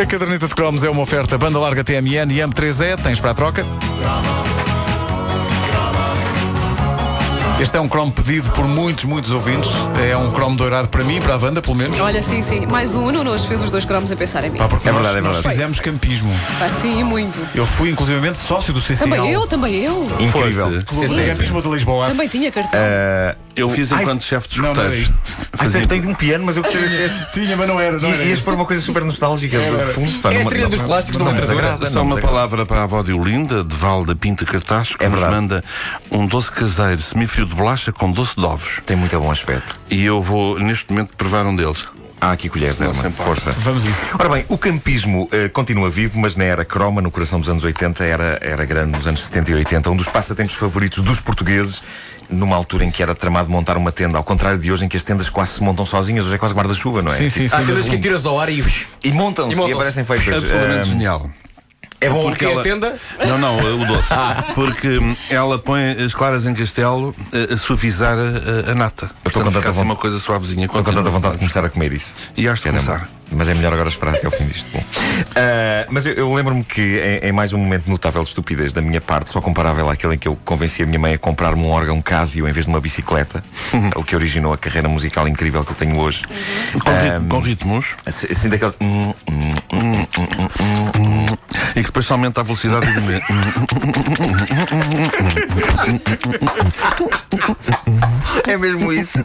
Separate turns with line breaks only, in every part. A caderneta de cromos é uma oferta banda larga TMN e M3E. Tens para a troca? Este é um cromo pedido por muitos, muitos ouvintes. É um cromo dourado para mim, para a banda, pelo menos.
Olha, sim, sim. Mais um, o Nuno hoje fez os dois cromos a pensar em mim.
Pá, porque
É
nós-
verdade, é
nós
verdade.
fizemos campismo.
Pá, sim, e muito.
Eu fui, inclusivamente, sócio do CCL.
Também eu, também eu.
Incrível.
Foste.
Clube de Campismo de Lisboa.
Também tinha cartão.
Ah,
Eu fiz
Ai,
enquanto chefe de
não, não era
escuteiros.
isto.
ah, tem- tem um piano, mas eu gostei desse. desse-
Tinha, mas não era. Não era
E ias
este.
pôr uma coisa super nostálgica do fundo. pá,
É a
não-
trilha
não-
dos clássicos
não
da
me
Mantra
desagrada,
Só
não me
uma
desagrada.
palavra para a avó de Olinda, de Val da Pinta Cartaz, que
É
nos
verdade.
manda um doce caseiro, semifio de bolacha com doce de ovos.
Tem muito bom aspecto.
E eu vou, neste momento, provar um deles.
Há aqui colheres,
Senão
Herman.
sem palavras.
Força.
Vamos a isso.
Ora bem, o campismo eh, continua vivo, mas na era croma, no coração dos anos 80, era, era grande nos anos 70 e 80, um dos passatempos favoritos dos portugueses, numa altura em que era tramado montar uma tenda, ao contrário de hoje em que as tendas quase se montam sozinhas, hoje é quase guarda-chuva, não é?
Sim, sim, sim.
Há aqueles que tiras ao ar e.
E montam-se e,
E montam-se.
aparecem feitas.
Absolutamente
Eh,
genial.
é bom
Porque a tenda.
Não, não, eh, o doce.
Ah.
Porque hum, ela põe as claras em castelo eh, a, a suavizar eh, a, a- a nata.
estou com
Portanto,
tanta
fica assim
vontade.
uma coisa suavezinha.
Estou com tanta
Continua.
vontade de começar a comer isso.
E acho que
Caramba.
começar.
Mas é melhor agora esperar até o fim disto. Bom. Ah, mas eu, eu lembro-me que em, em mais um momento de notável de estupidez da minha parte, só comparável àquele em que eu convenci a minha mãe a comprar-me um órgão Casio em vez de uma bicicleta, o que originou a carreira musical incrível que eu tenho hoje.
Com, rit- com ritmos
Assim assim daqueles. hum, hum,
e que depois se aumenta a velocidade do momento.
É mesmo isso.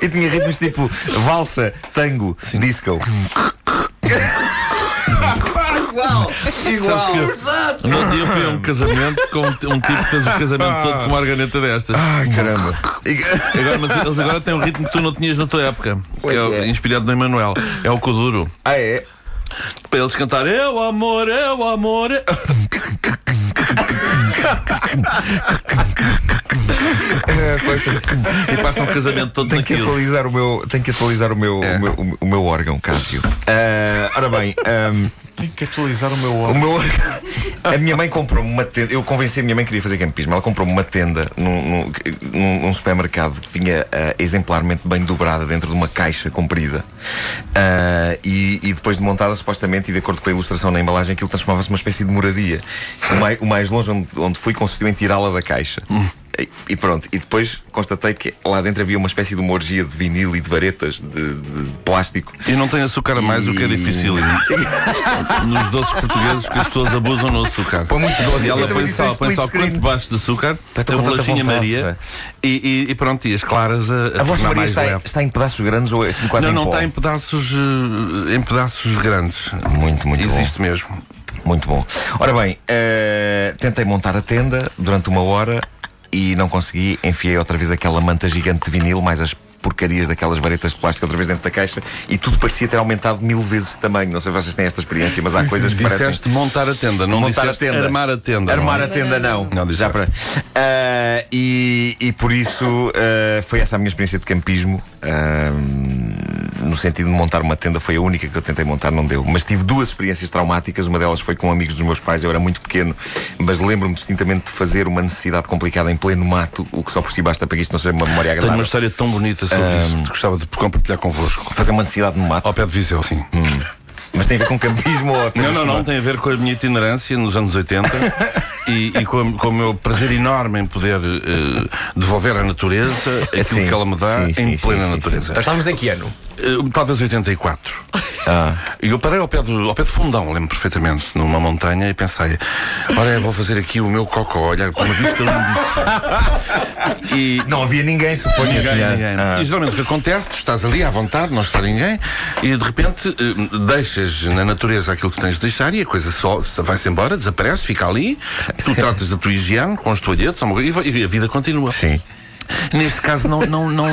e tinha ritmos tipo valsa, tango, disco. Igual!
Sabes que eu, no outro dia fui a um casamento com um t- um tipo que fez o casamento todo com uma organeta destas.
Ai caramba! E-
Agora, mas eles agora têm um ritmo que tu não tinhas na tua época, que é, o-
é.
inspirado no Emanuel. É o Kuduro.
Ah, é?
Para eles cantar Eu amor, eu amor. e passam o casamento todo
Tenho que
naquilo.
atualizar o meu, tenho que atualizar o meu,
É.
o meu, o meu órgão, Cássio. Ah, ora bem, ahm,
Tenho que atualizar o meu
o
óculos.
meu órgão. A minha mãe comprou-me uma tenda. Eu convenci a minha mãe que queria fazer campismo. Ela comprou-me uma tenda num, num- num- num supermercado que vinha ah, exemplarmente bem dobrada dentro de uma caixa comprida. Ah, e, e depois de montada, supostamente, e de acordo com a ilustração na embalagem, aquilo transformava-se numa espécie de moradia. O mai- o mais, longe onde, onde fui consistiu em tirá-la da caixa. E- E pronto, e depois constatei que lá dentro havia uma espécie de uma orgia de vinil e de varetas de, de- de plástico.
E não tem açúcar a mais, o que é
E-
difícil nos doces portugueses, porque as pessoas abusam no açúcar.
Põe muito doce.
E ela
Eu também
põe
disse
sal,
isso,
põe só
split screen.
quanto baixo de açúcar,
Pá, tô
a
com tanta
bolachinha
vontade, é?
Maria e, e- e pronto, e as claras a,
A vossa
tornar
Maria
mais
está,
leve.
está em pedaços grandes ou assim quase
não,
em
não
pó?
está em pedaços, eh, em pedaços grandes.
Muito, muito bom.
Existe mesmo.
Muito bom. Ora bem, eh, tentei montar a tenda durante uma hora e não consegui. Enfiei outra vez aquela manta gigante de vinil, mais as porcarias daquelas varetas de plástico outra vez dentro da caixa e tudo parecia ter aumentado mil vezes de tamanho. Não sei se vocês têm esta experiência, mas há coisas que parecem...
Disseste montar a tenda, não
montar
disseste
a tenda.
armar a tenda.
Armar
não
a
é?
tenda, não.
Não, disse
Já para. Ah, e, e por isso ah, foi essa a minha experiência de campismo. Ah, no sentido de montar uma tenda, foi a única que eu tentei montar, não deu. Mas tive duas experiências traumáticas. Uma delas foi com amigos dos meus pais, eu era muito pequeno, mas lembro-me distintamente de fazer uma necessidade complicada em pleno mato, o que só por si basta para que isto não seja uma memória
Tenho uma
agradável.
história tão bonita sobre isso que gostava de compartilhar convosco.
Fazer uma necessidade no mato,
Ao pé de Viseu, sim.
Hum. mas tem a ver com campismo ou
Não, não, não, tem a ver com a minha itinerância nos anos 80 e, e com, a- com o meu prazer enorme em poder eh, devolver à natureza aquilo
É Sim.
que ela me dá
Sim,
em
sim,
plena
sim, sim,
natureza.
Nós estávamos em que ano?
Eh, Talvez 84.
Ah.
E eu parei ao pé, do, ao pé de Fundão, lembro perfeitamente, numa montanha, e pensei: ora, eu vou fazer aqui o meu cocó, olhar com uma vista lindíssima. E,
Não havia ninguém, suponho. assim, ah.
E geralmente o que acontece, tu estás ali à vontade, não está ninguém, e de repente eh, deixas na natureza aquilo que tens de deixar e a coisa só só vai-se embora, desaparece, fica ali, tu tratas da tua higiene com os toalhetes, alguma coisa, e vai- e a vida continua.
Sim.
Neste caso não, não, não,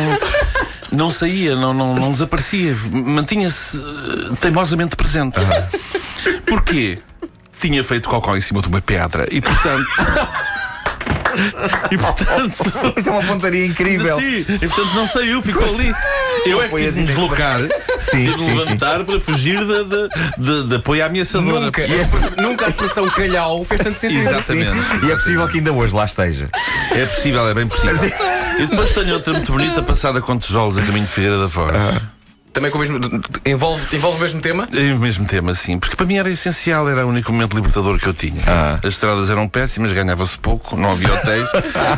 não saía, não, não, não desaparecia, mantinha-se eh, teimosamente presente.
Ah.
Porquê? Tinha feito cocó em cima de uma pedra e portanto. e portanto.
Isso é uma pontaria incrível.
Sim, e portanto não saiu, ficou ali. Eu é que
Foi
tive de me
assim.
deslocar
Sim,
e de
sim, sim.
levantar para fugir da, da, da, da apoio ameaçadora.
Nunca. a expressão- Nunca a expressão calhau fez tanto sentido.
Exatamente.
E é possível que ainda hoje lá esteja.
É
Ah.
possível, é bem possível. E depois tenho outra muito bonita passada com tijolos a caminho de Figueira da Foz.
Também com o mesmo. Envolve, envolve o mesmo tema?
É o mesmo tema, sim, porque para mim era essencial, era o único momento libertador que eu tinha. As estradas eram péssimas, ganhava-se pouco, não havia hotéis.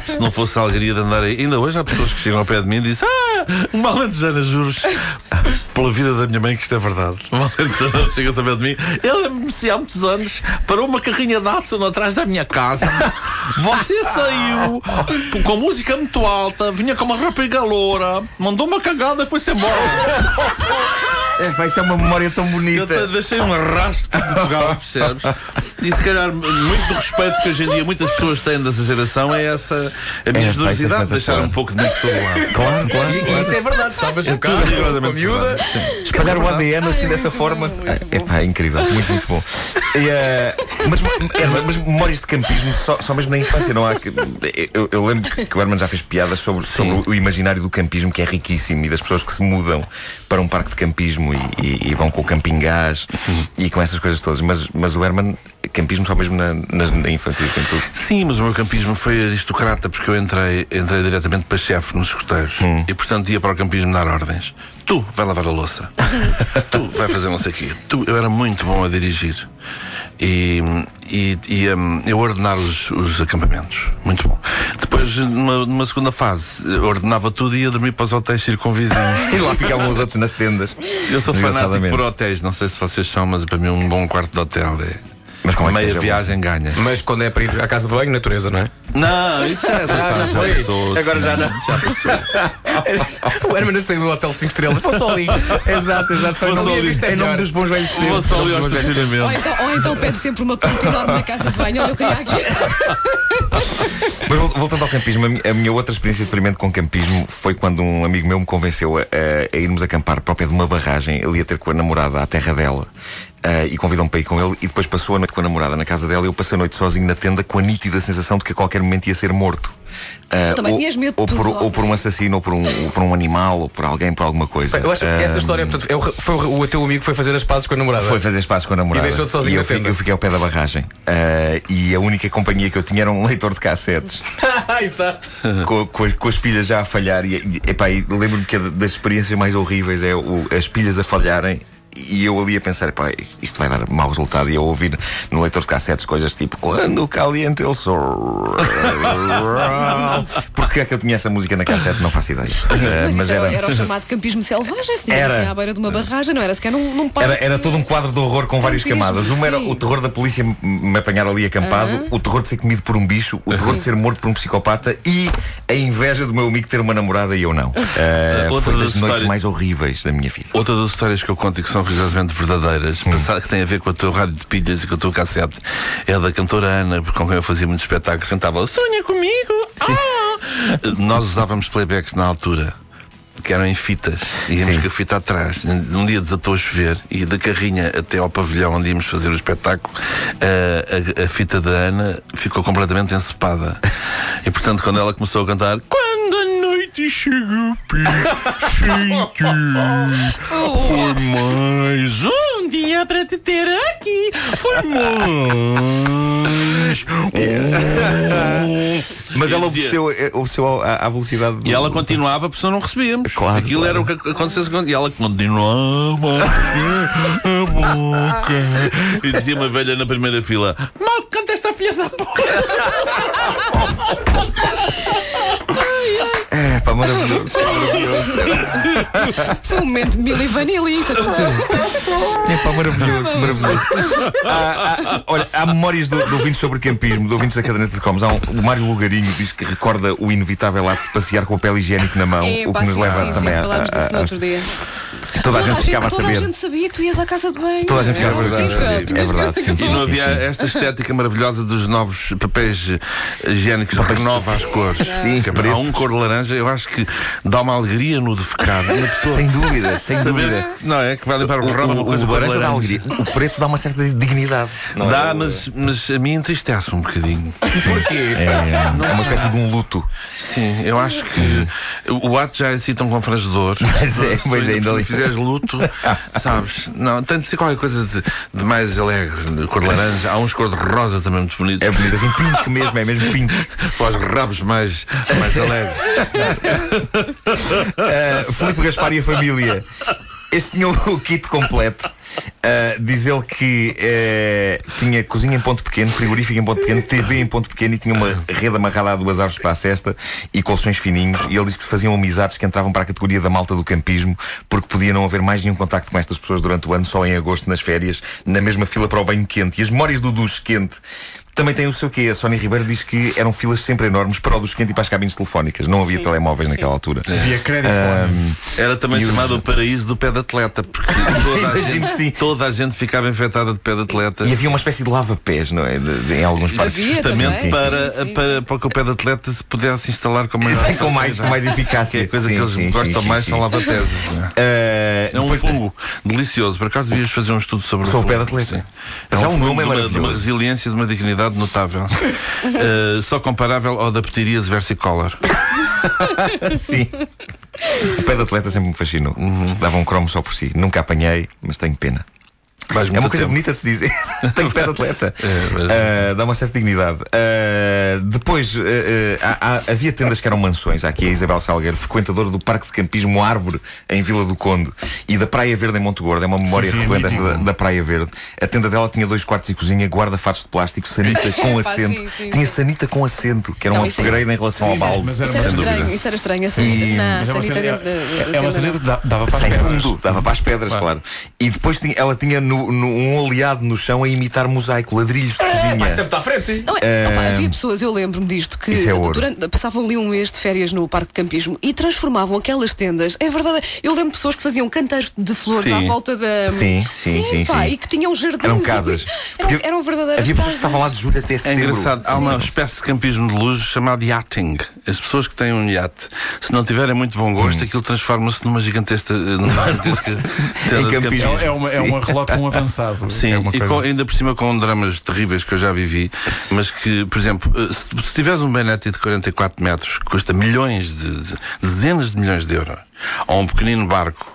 se não fosse a alegria de andar aí. Ainda hoje há pessoas que chegam ao pé de mim e dizem: Ah, uma alentejana, juros. Pela vida da minha mãe, que isto é verdade. Uma alentejana chega-se ao pé de mim. Eu lembro-me assim, há muitos anos, parou uma carrinha de Datsun atrás da minha casa. Você saiu com música muito alta, vinha com uma rapariga loura, mandou uma cagada e foi-se embora.
É, vai ser uma memória tão
Eu te
bonita.
deixei um arrasto por Portugal, percebes? E se calhar muito do respeito que hoje em dia muitas pessoas têm dessa geração é essa a minha
É, vai
generosidade
ser
de deixar um pouco de mim de todo lado.
Claro,
E,
claro.
e isso é verdade, estavas no carro com a
Rigorosamente
miúda.
verdade.
Espalhar o ADN assim
Ai,
dessa
muito
forma.
bom, muito
Ah,
bom.
Epá, é incrível, muito, muito bom. E, ah, mas, Herman, mas memórias de campismo, só, só mesmo na infância, não há que. Eu, eu lembro que que o Herman já fez piadas sobre, sobre o imaginário do campismo, que é riquíssimo, e das pessoas que se mudam para um parque de campismo e, e- e vão com o campingás e com essas coisas todas. Mas, mas o Herman, campismo só mesmo na, na, na infância, tem tudo.
Sim, mas o meu campismo foi aristocrata porque eu entrei, entrei diretamente para chefe nos escoteiros
Hum.
e portanto ia para o campismo dar ordens. Tu vai lavar a louça. tu vai fazer não sei o quê. Tu, eu era muito bom a dirigir. E, e, e, hum, eu ordenar os, os acampamentos. Muito bom. Depois, numa, numa segunda fase, eu ordenava tudo e ia dormir para os hotéis circunvizinhos.
E lá ficavam os outros nas tendas.
Eu sou fanático
Engraçadamente.
por hotéis, não sei se vocês são, mas para mim um bom quarto de hotel é.
Mas como é que
meia
seja bom,
viagem ganha.
Mas quando é para ir à casa de banho, natureza, não é?
Não, isso já é
já
já
foi.
passou,
Agora já
não. Já passou.
o Herman saiu do hotel 5 estrelas. Vou só ali.
Exato, exato. Foi
Em nome- em nome dos
bons velhos
Vou só ali ao
Ou
estacionamento.
então, ou então pede sempre uma conta enorme na casa de banho. Olha, eu queria
É,
aqui.
Mas vol- voltando ao campismo, a mi- a minha outra experiência de experimento com campismo foi quando um amigo meu me convenceu a, a- a irmos acampar para o pé de uma barragem. Ele ia ter com a namorada à terra dela ah, e convidou-me para ir com ele. E depois passou a noite com a namorada na casa dela e eu passei a noite sozinho na tenda com a nítida sensação de que a qualquer momento ia ser morto. Ah,
também
ou,
tinhas medo de
ou,
tudo,
por,
ó.
ou por um assassino, ou por um, ou por um animal, ou por alguém, por alguma coisa.
Eu acho que
Ah,
essa história, portanto, é o, foi o, o teu amigo que foi fazer as pazes com a namorada.
Foi fazer espaço com a namorada.
E deixou-te sozinho
eu,
na tenda.
fi- eu fiquei ao pé da barragem. Ah, e a única companhia que eu tinha era um leitor de cassetes.
Exato.
com, com as, com as pilhas já a falhar. E, e, epá, e lembro-me que a das experiências mais horríveis é o- as pilhas a falharem. E eu ali a pensar, pá, isto isto vai dar mau resultado. E eu a ouvir no leitor de cassetes coisas tipo Quando caliente ele sou. Porquê é que eu tinha essa música na cassete? Não faço ideia. Eh,
Mas
mas
isso era,
era,
era o chamado campismo selvagem. Se estivesse
Era.
assim à beira de uma barragem, não era sequer num, num parque.
era, era todo um quadro de horror com várias
Campismo,
camadas. Uma era
sim.
o terror da polícia me- me apanhar ali acampado, o terror de ser comido por um bicho, o terror de ser morto por um psicopata e a inveja do meu amigo ter uma namorada e eu não. Eh,
Outra
foi das
das
noites
histórias-
mais horríveis da minha vida.
Outra das histórias que eu conto e que são rigorosamente verdadeiras, pensar que tem a ver com o teu rádio de pilhas e com o teu cassete, é a da cantora Ana, com quem eu fazia muitos espetáculos, sentava Sonha comigo! Ah! Nós usávamos playbacks na altura. Que eram em fitas, e íamos
Sim.
com a fita atrás. Um dia desatou a chover e da carrinha até ao pavilhão onde íamos fazer o espetáculo, ah, a, a- a fita da Ana ficou completamente ensopada. E portanto, quando ela começou a cantar, quando a noite chegou perfeito,
Oh,
foi mais um dia para te ter aqui. Foi mais.
Mas ela
Eu dizia-
obedeceu, eh, obedeceu ao- à, à velocidade do.
E ela continuava, a pessoa não recebíamos.
Claro,
Aquilo
claro.
era o que ac- acontecesse. com- E ela continuava a mexer a boca. E dizia uma velha na primeira fila: Mal canta esta filha da porra.
É, pá, maravilhoso.
Foi um momento de Milli Vanilli, isso aconteceu.
É, pá, maravilhoso, maravilhoso. Há- há- Ah, olha, há memórias do, do ouvintes sobre campismo, do ouvintes da caderneta de Comes. Há um- o Mário Lugarinho diz que recorda o inevitável ato de passear com o papel higiênico na mão,
É,
o
pá,
que nos
sim,
leva
sim,
também
sim,
a-
falámos
a-
disso no
a-
outro dia.
Toda a gente ficava a
toda
saber.
gente sabia que tu ias à casa de banho.
Toda a gente ficava
Era
a saber.
horrível,
É
tinhas
verdade,
que-
sim,
E
sim.
não havia esta estética maravilhosa dos novos papéis eh, higiênicos que renova as cores.
Sim,
Que
preto.
Há um cor de laranja, eu acho que dá uma alegria no defecado. Uma pessoa
Sem dúvida, sem
saber,
dúvida.
não é? Que vai limpar
O,
o ramo, uma
o,
coisa
o
cor
laranja dá
laranja.
alegria. O preto dá uma certa dignidade. não é?
Dá, mas, mas a mim entristece um bocadinho.
Porquê?
É, é uma espécie de um luto.
Sim, eu acho que o ato já é assim tão confrangedor.
Pois é,
Se tu
pois é, ainda
por
ali.
cima fizeres luto, sabes? Não, tem de ser qualquer coisa de, de mais alegre. Cor de laranja, há uns cor de rosa também muito bonitos.
É bonito, assim, pinto mesmo, é mesmo pinto.
Para os rabos mais, mais alegres.
Eh, Uh, Filipe Gaspar e a família. Este tinha o kit completo. Uh, diz ele que eh, tinha cozinha em ponto pequeno, frigorífico em ponto pequeno, TV em ponto pequeno e tinha uma rede amarrada a duas árvores para a cesta e colchões fininhos. E ele diz que se faziam amizades que entravam para a categoria da malta do campismo porque podia não haver mais nenhum contacto com estas pessoas durante o ano, só em agosto, nas férias, na mesma fila para o banho quente. E as memórias do duche quente também tem o seu quê? A Sónia Ribeiro diz que eram filas sempre enormes para o dos quente e para as cabines telefónicas. Não havia telemóveis naquela altura.
Via
Ah,
Ah,
crédito.
Era também
E o-
chamado o paraíso do pé de atleta, porque toda a,
Imagino que sim.
gente, toda a gente ficava infectada de pé de atleta.
E havia uma espécie de lava-pés, não é? De- de- em alguns parques.
Havia também,
Justamente
sim,
para,
sim, sim.
para, para que o pé de atleta se pudesse instalar com maior
Com mais, com mais
Que
eficácia.
é a coisa
Ah, Sim,
que eles
sim,
gostam
sim,
mais
sim,
são
sim.
lavateses. não é?
Eh,
É um
depois-
fungo delicioso. Por acaso devias fazer um estudo sobre
Sobre o
fungo.
pé de atleta.
Sim.
É
É um
um nome
fungo de uma, de uma
maravilhoso.
resiliência e de uma dignidade notável. Eh, só comparável ao da pterias versicolor.
Sim. O pé de atleta sempre me fascinou.
Uhum.
Dava um cromo só por si. Nunca apanhei, mas tenho pena.
Vais
É
muito
uma coisa
tempo.
bonita de se dizer. Tenho pé de atleta.
mas-
Ah, dá uma certa dignidade. Ah, depois, ah, ah, há- há- havia tendas que eram mansões. Há aqui a Isabel Salgueiro, frequentadora do Parque de Campismo Árvore, em Vila do Conde, e da Praia Verde em Monte Gordo. É uma memória
Sim, sim,
frequente
é
esta da, da Praia Verde. A tenda dela tinha dois quartos e cozinha, guarda-fatos de plástico, sanita com
pá,
assento.
Ah, sim, sim,
tinha
sim.
sanita com assento, que era um
Não, isso é-
upgrade em relação ao balde. é
Mas era
Isso
uma
era
sanita.
é estranho, isso era estranho. A
E-
sanita, não, a
Mas é uma
sanita
sanita-
de- de- de-
é uma
de-
sanita que dá- dava para as
Sem
pedras.
fundo, dava para as pedras, claro. E depois tinha- ela tinha no- no- um oleado no chão a imitar mosaico, ladrilhos de
Vai sempre
cozinha.
à frente.
Não, é, opa, havia pessoas, eu lembro-me disto, que
Isso é ouro.
durante- passavam ali um mês de férias no Parque de Campismo e transformavam aquelas tendas. É verdade, eu lembro de pessoas que faziam canteiros de flores
Sim.
à volta da.
Sim, sim, sim,
pá,
sim.
E que tinham jardins.
Eram casas.
Eram,
Porque
eram verdadeiras
Havia pessoas que
casas.
estavam lá de julho até Ah,
É
setembro.
engraçado, há uma espécie de campismo de luz chamado yachting. As pessoas que têm um iate, se não tiverem muito bom
Hum.
gosto, aquilo transforma-se numa gigantesca. eh, Numa gigantesca tela de
campismo.
campismo.
É, uma, é um relote com um avançado.
Sim,
é uma
e
coisa-
com- ainda por cima com dramas terríveis que eu já vivi, mas que, por exemplo, eh, se, se tiveres um Benetti de 44 metros, que custa milhões de, de- dezenas de milhões de euros, ou um pequenino barco,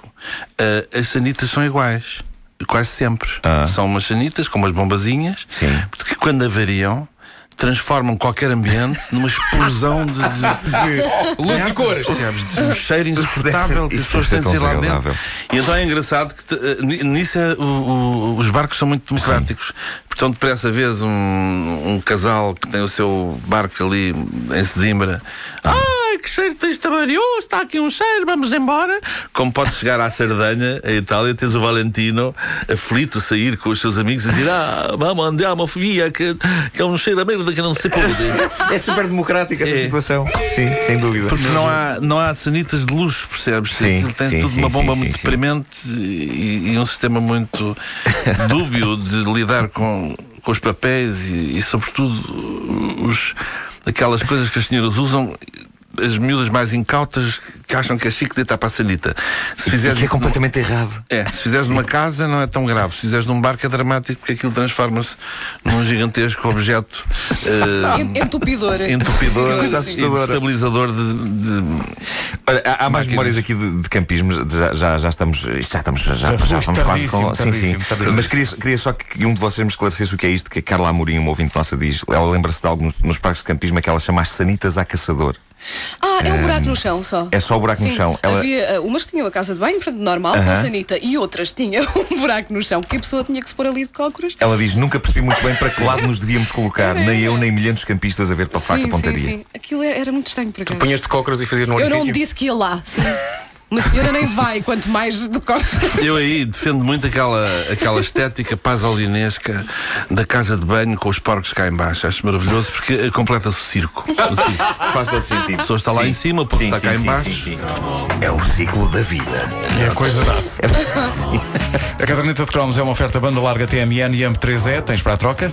eh, as sanitas são iguais, quase sempre.
Ah.
São umas sanitas com umas bombazinhas,
Sim.
que quando avariam, transformam qualquer ambiente numa explosão de, de-
Luz e cores.
Percebes? Um cheiro insuportável que as
Isso
pessoas
deve
têm
ser
de ir lá
tão
dentro.
desagradável.
E então é engraçado que te- eh, ni- nisso é, o- o- os barcos são muito democráticos. Portanto, depressa vez um, um casal que tem o seu barco ali em Sesimbra. Ai, que cheiro tens tabario, está aqui um cheiro, vamos embora. Como podes chegar à Sardanha, a Itália, tens o Valentino aflito a sair com os seus amigos e dizer: Ah, vamos andar uma fia que, que é um cheiro a merda que não se pode.
É super democrática essa
É.
situação. Sim, sem dúvida.
Porque não há, não há sanitas de luxo, percebes?
Sim,
Aquilo tem
sim,
tudo
sim,
uma bomba
sim,
muito
sim, sim.
deprimente e, e um sistema muito dúbio de lidar com, com os papéis e, e, sobretudo, os, aquelas coisas que as senhoras usam. As miúdas mais incautas que acham que é chique deitar para a sanita. Se
E
fizeres
que é
isso numa-
completamente errado.
é, se fizeres numa casa não é tão grave. Se fizeres num barco é dramático porque aquilo transforma-se num gigantesco objeto eh,
En- Entupidora.
entupidor
Coisa assim.
e
assustadora.
destabilizador de, de-
Olha, há, há mais
Máquinas.
memórias aqui de, de campismo. Já, já, já estamos. isto Já estamos, já, já,
Ui,
já estamos quase
tardíssimo,
com. Sim, sim.
tardíssimo, tardíssimo.
Mas queria, queria só que um de vocês me esclarecesse o que é isto que a Carla Amorim, uma ouvinte nossa, diz. Ela lembra-se de algo nos, nos parques de campismo é que ela chama as sanitas a caçador.
Ah, é um buraco no chão só.
Hum. É só o buraco no
Sim,
chão. Ela-
Havia ah, umas que tinham a casa de banho, portanto, normal, com
Aham.
sanita, e outras tinham um buraco no chão, porque a pessoa tinha que se pôr ali de cócoras.
Ela diz: Nunca percebi muito bem para que lado nos devíamos colocar. Nem eu, nem milhares de campistas a ver para a faca
É. sim, sim,
pontaria.
sim. Aquilo é, era muito estranho para cá.
Punhas de cócoras e fazias no
Eu não
um orifício.
disse que ia lá, sim. Uma senhora nem vai, quanto mais de cócoras.
Eu aí defendo muito aquela, aquela estética pasolinesca da casa de banho com os porcos cá em baixo. Acho maravilhoso porque eh, completa-se o circo. O circo.
Faz todo sentido. A
pessoa está lá em cima, o povo está cá em baixo.
É o ciclo da vida.
É a coisa da. A caderneta de cromos é uma oferta banda larga TMN e AMP3E. Tens para a troca?